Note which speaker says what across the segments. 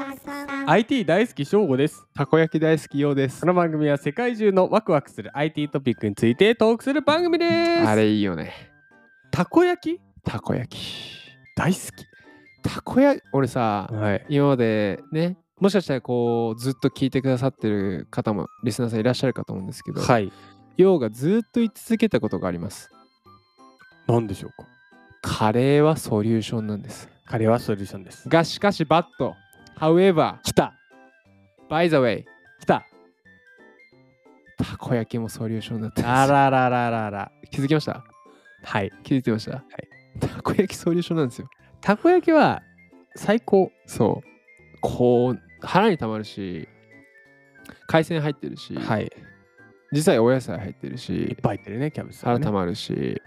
Speaker 1: ん
Speaker 2: IT 大好き翔吾です
Speaker 3: たこ焼き大好きようです
Speaker 2: この番組は世界中のワクワクする IT トピックについてトークする番組です
Speaker 3: あれいいよね
Speaker 2: たこ焼き
Speaker 3: たこ焼き
Speaker 2: 大好
Speaker 3: たこ焼き俺さ
Speaker 2: きはい
Speaker 3: 今までねもしかしたらこうずっと聞いてくださってる方もリスナーさんいらっしゃるかと思うんですけど、
Speaker 2: はい
Speaker 3: ようがずっと言い続けたことがあります
Speaker 2: 何でしょうか
Speaker 3: カレーはソリューションなんです
Speaker 2: カレーはソリューションです
Speaker 3: がしかしバット however
Speaker 2: 来た
Speaker 3: by the way
Speaker 2: 来た
Speaker 3: たこ焼きもソリューションだったんです
Speaker 2: あららららら
Speaker 3: 気づきました
Speaker 2: はい
Speaker 3: 気づいてましたはいたこ焼きソリューションなんですよ
Speaker 2: たこ焼きは最高
Speaker 3: そうこう腹にたまるし海鮮入ってるし、
Speaker 2: はい
Speaker 3: 実際お野菜入ってる
Speaker 2: いっ
Speaker 3: し
Speaker 2: ぱい入ってるねキャベツとか
Speaker 3: 腹
Speaker 2: ね
Speaker 3: たまるし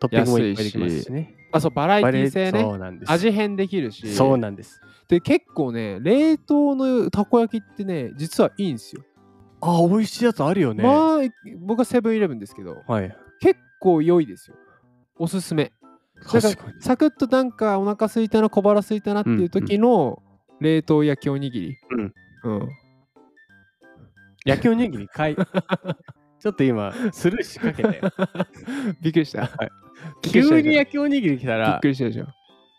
Speaker 2: トッピングもいっぱいできますしね
Speaker 3: あそうバラエテ
Speaker 2: バレ
Speaker 3: ィ
Speaker 2: エ
Speaker 3: 性
Speaker 2: そ
Speaker 3: ね
Speaker 2: うなんです
Speaker 3: 味変できるし
Speaker 2: そうなんです
Speaker 3: で結構ね冷凍のたこ焼きってね実はいいんですよ、
Speaker 2: あ美味しいやつあるよね
Speaker 3: まあ僕はセブンイレブンですけど
Speaker 2: はい
Speaker 3: 結構良いですよおすすめなんか
Speaker 2: 確かに
Speaker 3: サクッとなんかお腹空いたな小腹空いたなっていう時の冷凍焼きおにぎり
Speaker 2: うん、
Speaker 3: うん、
Speaker 2: 焼きおにぎり 買いちょっと今スルーしかけたよ
Speaker 3: びっくりした
Speaker 2: 急に焼きおにぎり来た
Speaker 3: びっ
Speaker 2: ら
Speaker 3: くりしたでしょ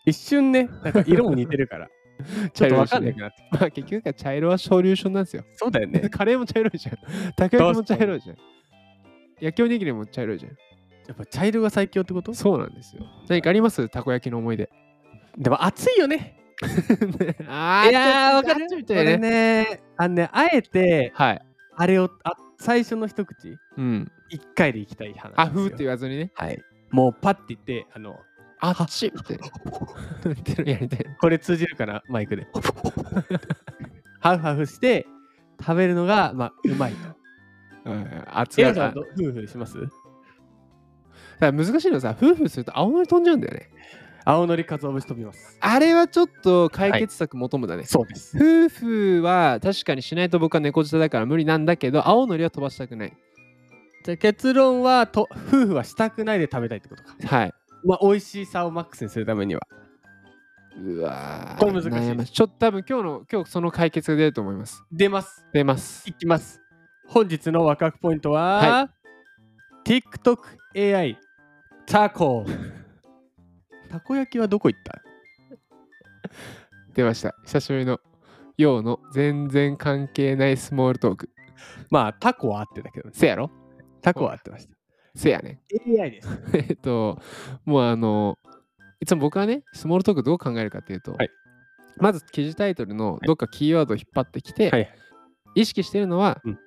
Speaker 2: 一瞬ねなんか色も似てるから ちょっとわかんなくなってき
Speaker 3: まあ結局は茶色はソリューションなんですよ。
Speaker 2: たそうだよね
Speaker 3: でカレーも茶色いじゃん。たこ焼きも茶色いじゃん。焼きおにぎりも茶色いじゃん。
Speaker 2: やっぱ茶色が最強ってこと
Speaker 3: そうなんですよ。何かありますたこ焼きの思い出。
Speaker 2: でも暑いよね
Speaker 3: あ
Speaker 2: いやーわかる
Speaker 3: ちょっ
Speaker 2: こ
Speaker 3: とちょっとちょ
Speaker 2: れ
Speaker 3: っとね。
Speaker 2: ねあのねあえて
Speaker 3: はい。
Speaker 2: あれをあ最初の一口
Speaker 3: うん。
Speaker 2: 一回でいきたい派
Speaker 3: あ
Speaker 2: なんですよ
Speaker 3: ふーって言わずにね。
Speaker 2: はいもうパッて言ってあの
Speaker 3: あっちって。ってのやりたい。
Speaker 2: これ通じるかなマイクで ハウハウして食べるのがまあうまい と
Speaker 3: うん。熱
Speaker 2: エラ
Speaker 3: い。
Speaker 2: さん
Speaker 3: だ
Speaker 2: ど
Speaker 3: か
Speaker 2: うフーフーします
Speaker 3: ら難しいのはさ、夫婦すると青のり飛んじゃうんだよね。
Speaker 2: 青のりかつお節飛びます
Speaker 3: あれはちょっと解決策求むだね。
Speaker 2: そうです
Speaker 3: 夫婦は確かにしないと僕は猫舌だから無理なんだけど、青のりは飛ばしたくない。
Speaker 2: じゃあ結論はと夫婦はしたくないで食べたいってことか
Speaker 3: はい。
Speaker 2: まあ美味しさをマックスにするためには
Speaker 3: うわー
Speaker 2: これ難しいです
Speaker 3: 悩まちょっと多分今日の今日その解決が出ると思います。
Speaker 2: 出ます
Speaker 3: 出ます。
Speaker 2: いきます本日のワクワクポイントは、
Speaker 3: は
Speaker 2: TikTokAI タコたこ焼きはどこ行った
Speaker 3: 出ました。久しぶりのようの全然関係ないスモールトーク。
Speaker 2: まあタコは合ってたけどね
Speaker 3: せやろ
Speaker 2: タコは合ってました
Speaker 3: せやね。
Speaker 2: AI です
Speaker 3: えっと、もうあの、いつも僕はね、スモールトークどう考えるかっていうと、
Speaker 2: はい
Speaker 3: まず記事タイトルのどっかキーワードを引っ張ってきて、
Speaker 2: はい
Speaker 3: 意識してるのは、
Speaker 2: うん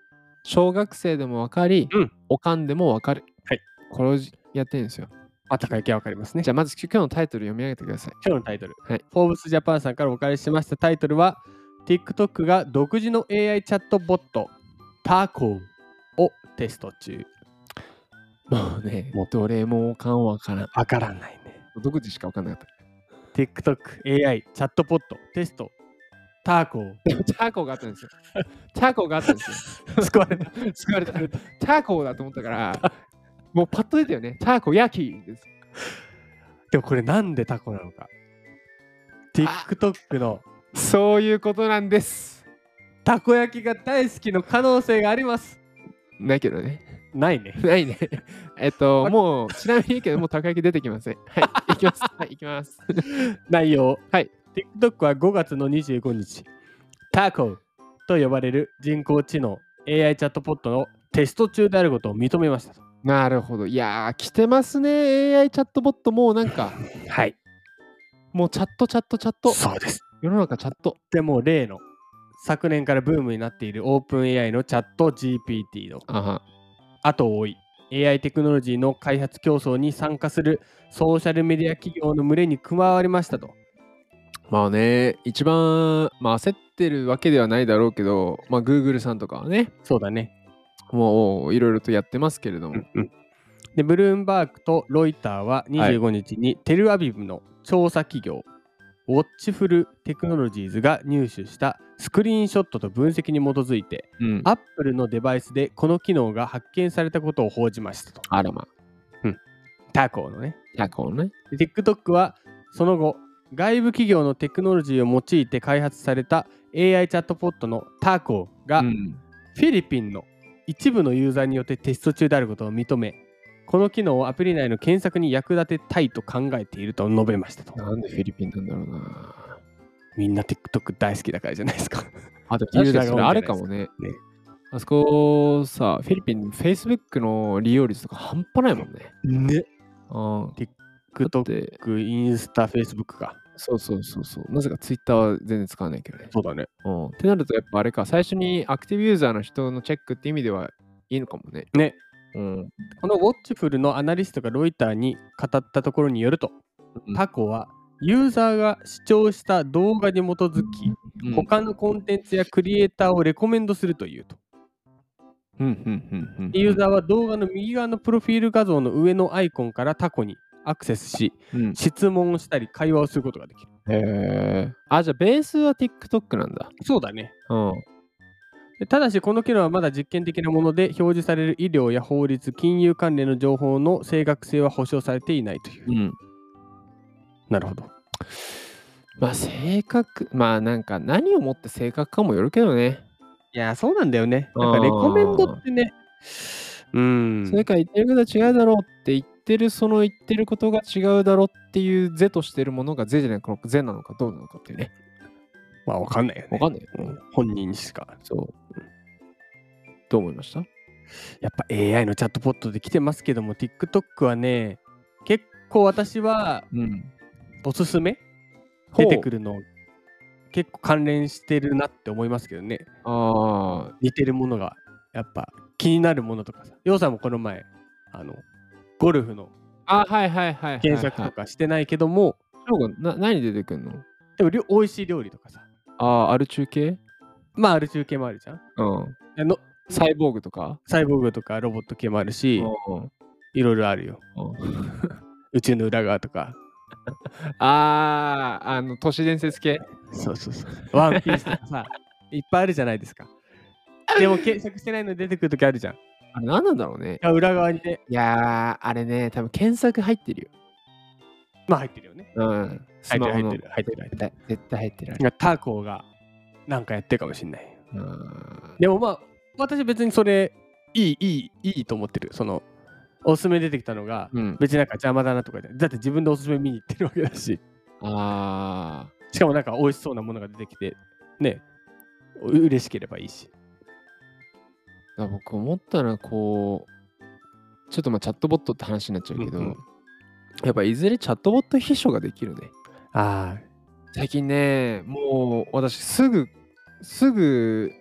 Speaker 3: 小学生でもわかり、
Speaker 2: うん
Speaker 3: おかんでもわかる。
Speaker 2: はい
Speaker 3: これをやってるんですよ。
Speaker 2: あたこ焼きはわかりますね
Speaker 3: じゃあまず今日のタイトル読み上げてください。
Speaker 2: 今日のタイトル、
Speaker 3: はい
Speaker 2: フォーブスジャパンさんからお借りしましたタイトルは TikTok が独自の AI チャットボットタコをテスト中
Speaker 3: もうね
Speaker 2: もう、
Speaker 3: どれもおかんわからん。
Speaker 2: わからないね
Speaker 3: 独自しかわかんなかっ
Speaker 2: TikTokAI チャットボットテストターコ
Speaker 3: た。タコがあったん ですよ。タコがあったんです
Speaker 2: ー救われた
Speaker 3: よ。使われた。タコだと思ったから、もうパッと出たよね。タコ焼きです。
Speaker 2: でもこれなんでタコなのか TikTok の
Speaker 3: そういうことなんです。
Speaker 2: たこ焼きが大好きの可能性があります
Speaker 3: ないけどね。
Speaker 2: ないね
Speaker 3: ないね。えっと、もう、ちなみに言うけど、もうたこ焼き出てきません。はい、い きます。はい、いきます。
Speaker 2: 内容、
Speaker 3: はい、
Speaker 2: TikTok は5月の25日タコと呼ばれる人工知能 AI チャットポットのテスト中であることを認めましたと
Speaker 3: なるほど。いやー、来てますね。AI チャットボット、もうなんか、
Speaker 2: はい
Speaker 3: もうチャット、チャット、チャット。
Speaker 2: そうです
Speaker 3: 世の中チャット。
Speaker 2: でも例の昨年からブームになっている OpenAI のチャット GPT の
Speaker 3: あは。
Speaker 2: 後を追い AI テクノロジーの開発競争に参加するソーシャルメディア企業の群れに加わりましたと
Speaker 3: まあね、一番、まあ、焦ってるわけではないだろうけど、まあ、Google さんとかはね、
Speaker 2: そうだね
Speaker 3: もういろいろとやってますけれども、
Speaker 2: でブルームバーグとロイターは25日にテルアビブの調査企業、ウォッチフルテクノロジーズが入手したスクリーンショットと分析に基づいて
Speaker 3: うんあ
Speaker 2: Apple のデバイスでこの機能が発見されたことを報じましたと
Speaker 3: あらまあ、
Speaker 2: タコのね
Speaker 3: タコね。
Speaker 2: で TikTok はその後外部企業のテクノロジーを用いて開発された AI チャットポットのタコが、
Speaker 3: うん
Speaker 2: フィリピンの一部のユーザーによってテスト中であることを認め、この機能をアプリ内の検索に役立てたいと考えていると述べましたと。
Speaker 3: なんでフィリピンなんだろうな。
Speaker 2: みんな TikTok 大好きだからじゃないですか。
Speaker 3: あ、でも
Speaker 2: ユ
Speaker 3: 確
Speaker 2: ーザー
Speaker 3: かに
Speaker 2: が
Speaker 3: それあるかもね。
Speaker 2: ね
Speaker 3: あそこさ、フィリピン、Facebook の利用率とか半端ないもんね。
Speaker 2: ね。
Speaker 3: うん。だっ
Speaker 2: TikTok、
Speaker 3: て、
Speaker 2: インスタ、Facebook か。
Speaker 3: そうそうそうそう。なぜか Twitter は全然使わないけどね。
Speaker 2: そうだね。
Speaker 3: うん。ってなると、やっぱあれか、最初にアクティブユーザーの人のチェックって意味ではいいのかもね。
Speaker 2: ね。
Speaker 3: うん。
Speaker 2: このウォッチフルのアナリストがロイターに語ったところによると、
Speaker 3: うん
Speaker 2: タコはユーザーが視聴した動画に基づき、
Speaker 3: うん
Speaker 2: 他のコンテンツやクリエイターをレコメンドするというと。
Speaker 3: うんうんうんうん。
Speaker 2: ユーザーは動画の右側のプロフィール画像の上のアイコンからタコにアクセスし、
Speaker 3: うん。
Speaker 2: 質問をしたり会話をすることができる。
Speaker 3: へえ。あ、じゃあベースは TikTok なんだ。
Speaker 2: そうだね。
Speaker 3: うん。
Speaker 2: でただし、この機能はまだ実験的なもので、表示される医療や法律、金融関連の情報の正確性は保証されていないという。
Speaker 3: うん。
Speaker 2: なるほど。
Speaker 3: まあ正確、まあなんか何をもって正確かもよるけどね。
Speaker 2: いや、そうなんだよね。なんかレコメンドってね、うん。
Speaker 3: それから言ってることは違うだろうって言ってるその言ってることが違うだろうっていう是としてるものが是じゃないのか是なのかどうなのかっていうね。
Speaker 2: まあ、わかんないよね。
Speaker 3: わかんないよ。
Speaker 2: うん本人にしか。
Speaker 3: そう。どう思いました
Speaker 2: やっぱ AI のチャットポットで来てますけども、TikTok はね、結構私は
Speaker 3: うん。
Speaker 2: おすすめ出てく
Speaker 3: る。
Speaker 2: るの結構関連してるなって思いますけどね
Speaker 3: ああ。
Speaker 2: 似てるものがやっぱ気になるものとかさようさんもこの前あのゴルフの
Speaker 3: あはいはいはいはい、はい。
Speaker 2: 検索とかしてないけども、
Speaker 3: 翔吾な何出てくるの
Speaker 2: でもりょ美味しい料理とかさ
Speaker 3: ああ、ある中継
Speaker 2: まあある中継もあるじゃん
Speaker 3: うん。
Speaker 2: あの
Speaker 3: サイボーグとか
Speaker 2: サイボーグとかロボット系もある
Speaker 3: う
Speaker 2: し
Speaker 3: ん。
Speaker 2: いろいろあるよ
Speaker 3: うん
Speaker 2: 宇宙の裏側とか
Speaker 3: ああ、あの、都市伝説系。
Speaker 2: そうそうそうワンピースとかさ いっぱいあるじゃないですかでも検索してないの出てくるときあるじゃんい
Speaker 3: あれ何なんだろうね。
Speaker 2: や裏側にね
Speaker 3: いやー、あれね、多分検索入ってるよ。
Speaker 2: まあ入ってるよね
Speaker 3: うん。
Speaker 2: 入ってる
Speaker 3: の
Speaker 2: 入ってる入ってる入ってる
Speaker 3: 絶対絶対入ってる。あれ
Speaker 2: がターコーがなんかやってるかもしんない。
Speaker 3: うん
Speaker 2: でもまあ私別にそれいいいいいいと思ってる。そのおすすめ出てきたのが
Speaker 3: うん。
Speaker 2: 別になんか邪魔だなとかじゃないだって自分でおすすめ見に行ってるわけだし
Speaker 3: あ
Speaker 2: しかもなんか美味しそうなものが出てきてねう嬉しければいいし。
Speaker 3: ー、だから僕思ったらこう、ちょっとまあチャットボットって話になっちゃうけど、
Speaker 2: うんうん
Speaker 3: やっぱいずれチャットボット秘書ができるね。
Speaker 2: ああ
Speaker 3: 最近ね、もう私すぐ、すぐ、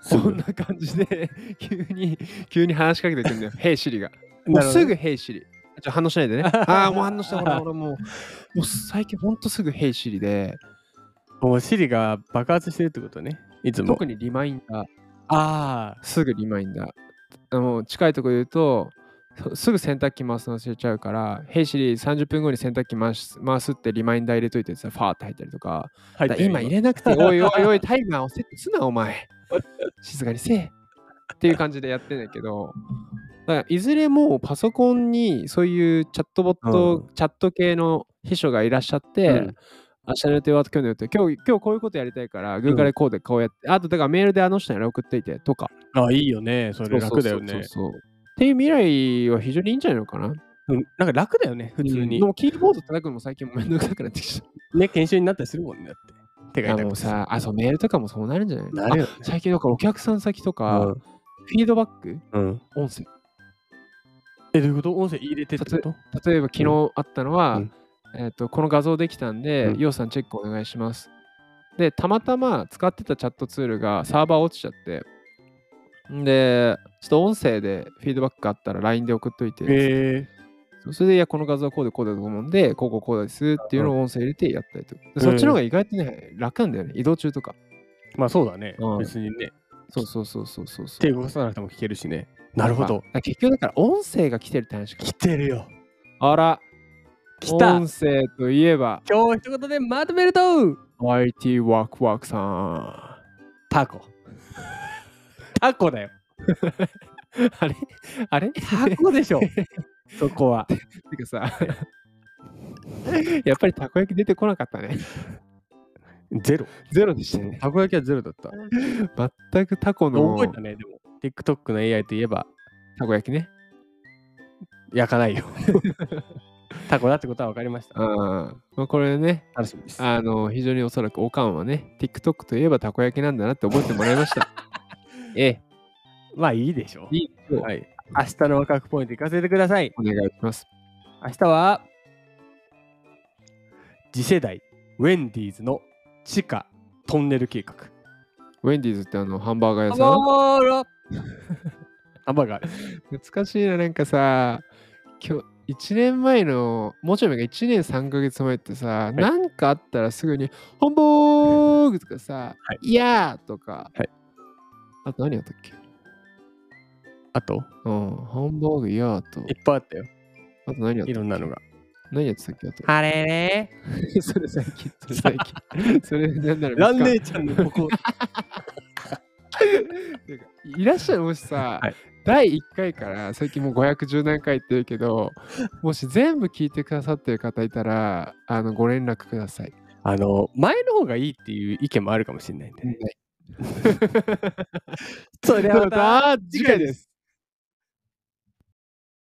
Speaker 2: すぐ
Speaker 3: こんな感じで 急に、急に話しかけてくるんだ よ。ヘイシリが。も
Speaker 2: な
Speaker 3: う
Speaker 2: るほど
Speaker 3: すぐヘイシリ。ちょ反応しないで ね。ああ、もう反応した。ほら、俺もう、もう最近ほんとすぐヘイシリで、
Speaker 2: もうシリが爆発してるってことね。いつも。
Speaker 3: 特にリマインダー、
Speaker 2: ああ
Speaker 3: すぐリマインダー。あの近いとこ言うと、そすぐ洗濯機回すの忘れちゃうから、ヘイシリ30分後に洗濯機回す回すってリマインダー入れといてさ、ファーって入ったりとか、
Speaker 2: 入っ
Speaker 3: だから
Speaker 2: てる
Speaker 3: 今入れなくて、おいおいおい、タイマーをセットすな、お前。静かにせえ。っていう感じでやってんだけど、だからいずれもうパソコンにそういうチャットボット、チャット系の秘書がいらっしゃって、
Speaker 2: うん
Speaker 3: 明日の予定は今日の予定、今日今日こういうことやりたいから、Google でこうでこうやって、あとだからメールであの人にあれ送っていてとか、
Speaker 2: ああいいよね。それ楽だよ
Speaker 3: そう
Speaker 2: ね
Speaker 3: そう。そうそうっていう未来は非常にいいんじゃないのかな。
Speaker 2: うんなんか楽だよね普通
Speaker 3: うん
Speaker 2: に
Speaker 3: で。もキーボード叩くのも最近めんどくさくなってきちゃっ
Speaker 2: ね研修になったりするもんねだって。手が
Speaker 3: た。あ
Speaker 2: 痛
Speaker 3: の
Speaker 2: くて
Speaker 3: さ、あ、そう、メールとかもそうなるんじゃない
Speaker 2: なるよね
Speaker 3: あ最近だからお客さん先とか、
Speaker 2: うん
Speaker 3: フィードバック、
Speaker 2: うん。
Speaker 3: 音声。
Speaker 2: え、どういうこと音声入れてってこと
Speaker 3: 例えば昨日あったのは、
Speaker 2: うん
Speaker 3: えー、とこの画像できたんで、
Speaker 2: うん
Speaker 3: ようさんチェックお願いします。で、たまたま使ってたチャットツールがサーバー落ちちゃって、んで、ちょっと音声でフィードバックがあったら LINE で送っといて、
Speaker 2: へ
Speaker 3: それで、いや、この画像はこうでこうだと思うんで、こうこうこうですっていうのを音声入れてやったりとか。でそっちの方が意外とね、楽なんだよね。移動中とか。
Speaker 2: まあそうだね
Speaker 3: うん。
Speaker 2: 別にね。
Speaker 3: そうそうそうそうそうそう。
Speaker 2: 手動かさなくても聞けるしね。なるほど
Speaker 3: だか。ら結局だから音声が来てるって話か。
Speaker 2: 来てるよ。
Speaker 3: あら、
Speaker 2: 来た
Speaker 3: 音声といえば、
Speaker 2: 今日一言でまとめると
Speaker 3: IT ワークワーク さん。
Speaker 2: タ コ。タコだよ。
Speaker 3: あれあれ
Speaker 2: タコでしょ。そこは。
Speaker 3: てかさ、やっぱりたこ焼き出てこなかったね。
Speaker 2: ゼロ。
Speaker 3: ゼロでしたね。
Speaker 2: たこ焼きはゼロだった。
Speaker 3: 全くタコの
Speaker 2: 覚えたね、でも。TikTok の AI といえば、
Speaker 3: たこ焼きね。
Speaker 2: 焼かない よ。タコだってことは分かりました。
Speaker 3: ああ、これね、
Speaker 2: 楽しみです。
Speaker 3: あの、非常におそらくおかんはね、TikTok といえばたこ焼きなんだなって覚えてもらいま した。え
Speaker 2: まあいいでしょ
Speaker 3: え、いいでし
Speaker 2: う。
Speaker 3: ょう
Speaker 2: はい。明日のワクワクポイント行かせてください。
Speaker 3: お願いします。
Speaker 2: 明日は、次世代ウェンディーズの地下トンネル計画。
Speaker 3: ウェンディーズってあの、ハンバーガー屋さん。
Speaker 2: ハンバーガーハンバーガー。
Speaker 3: 懐かしいな、なんかさ、今日、1年前の、もうちょい前か、1年3ヶ月前ってさ、なんかあったらすぐに、ハンバーグとかさ、
Speaker 2: はい
Speaker 3: い、やーとか、
Speaker 2: はい
Speaker 3: あと何やったっけ
Speaker 2: あと、
Speaker 3: うん、ハンバーグ、いやーと、
Speaker 2: いっぱいあったよ。
Speaker 3: あと何やった
Speaker 2: いろんなのが。
Speaker 3: 何やってたっけあと。
Speaker 2: あれれ
Speaker 3: それ最近、それ 最近。 それなんなら
Speaker 2: ランネーちゃんのここ。
Speaker 3: ていうかいらっしゃるもしさ、
Speaker 2: はい
Speaker 3: 第1回から最近もう510何回言ってる けどもし全部聞いてくださってる方いたらあのご連絡ください。
Speaker 2: あの、前の方がいいっていう意見もあるかもしれないんでね。それ
Speaker 3: ではまた次回です